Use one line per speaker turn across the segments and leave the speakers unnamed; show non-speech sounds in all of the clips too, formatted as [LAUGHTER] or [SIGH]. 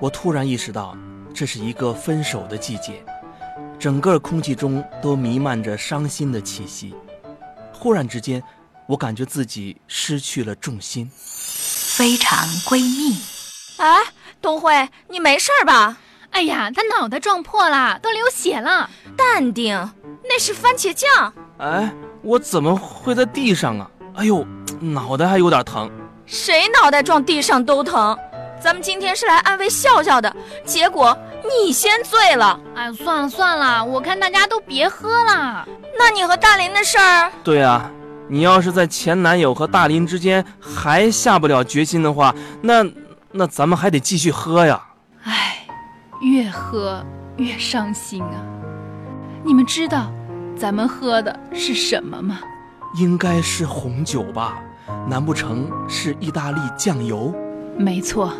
我突然意识到，这是一个分手的季节，整个空气中都弥漫着伤心的气息。忽然之间，我感觉自己失去了重心。
非常闺蜜，
哎，东辉，你没事儿吧？
哎呀，他脑袋撞破了，都流血了。
淡定，那是番茄酱。
哎，我怎么会在地上啊？哎呦，脑袋还有点疼。
谁脑袋撞地上都疼。咱们今天是来安慰笑笑的，结果你先醉了。
哎，算了算了，我看大家都别喝了。
那你和大林的事儿？
对啊，你要是在前男友和大林之间还下不了决心的话，那那咱们还得继续喝呀。
唉，越喝越伤心啊！你们知道咱们喝的是什么吗？
应该是红酒吧？难不成是意大利酱油？
没错，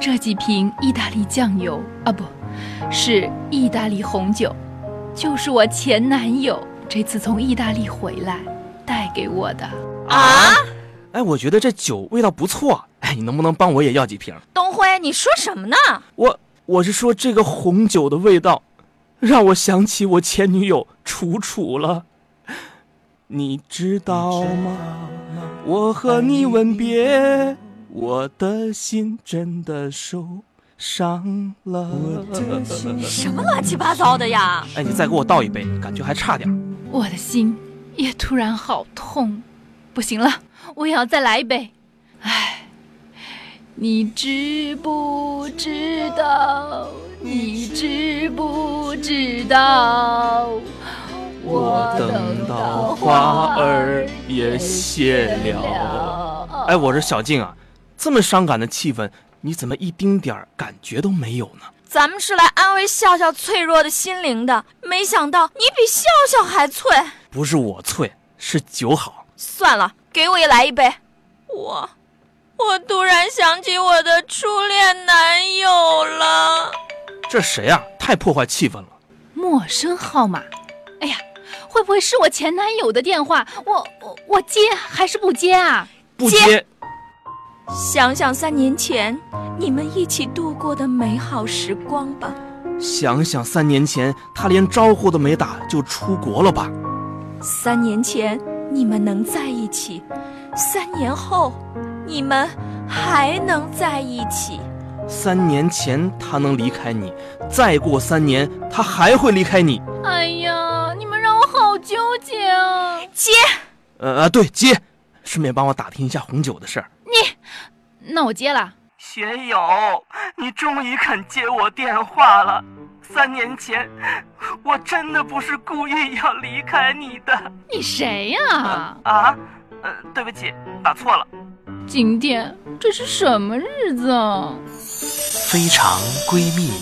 这几瓶意大利酱油啊不，不是意大利红酒，就是我前男友这次从意大利回来带给我的。
啊！
哎，我觉得这酒味道不错， [LAUGHS] 哎，你能不能帮我也要几瓶？
东辉，你说什么呢？
我我是说这个红酒的味道，让我想起我前女友楚楚了。你知道吗？我和你吻别，我的心真的受伤了。
什么乱七八糟的呀！
哎，你再给我倒一杯，感觉还差点儿。
我的心也突然好痛，不行了，我也要再来一杯。唉，你知不知道？你知不知道？
我等到花儿也谢了。哎，我说小静啊，这么伤感的气氛，你怎么一丁点儿感觉都没有呢？
咱们是来安慰笑笑脆弱的心灵的，没想到你比笑笑还脆。
不是我脆，是酒好。
算了，给我也来一杯。我，我突然想起我的初恋男友了。
这谁啊？太破坏气氛了。
陌生号码，哎呀，会不会是我前男友的电话？我我我接还是不接啊？
不
接
接。
想想三年前你们一起度过的美好时光吧。
想想三年前，他连招呼都没打就出国了吧？
三年前你们能在一起，三年后你们还能在一起。
三年前他能离开你，再过三年他还会离开你。
哎呀，你们让我好纠结啊！
接
呃呃，对，接。顺便帮我打听一下红酒的事儿。
那我接了。
学友，你终于肯接我电话了。三年前，我真的不是故意要离开你的
你谁呀、
啊！呃，对不起，打错了。
景点，这是什么日子啊？
非常闺蜜，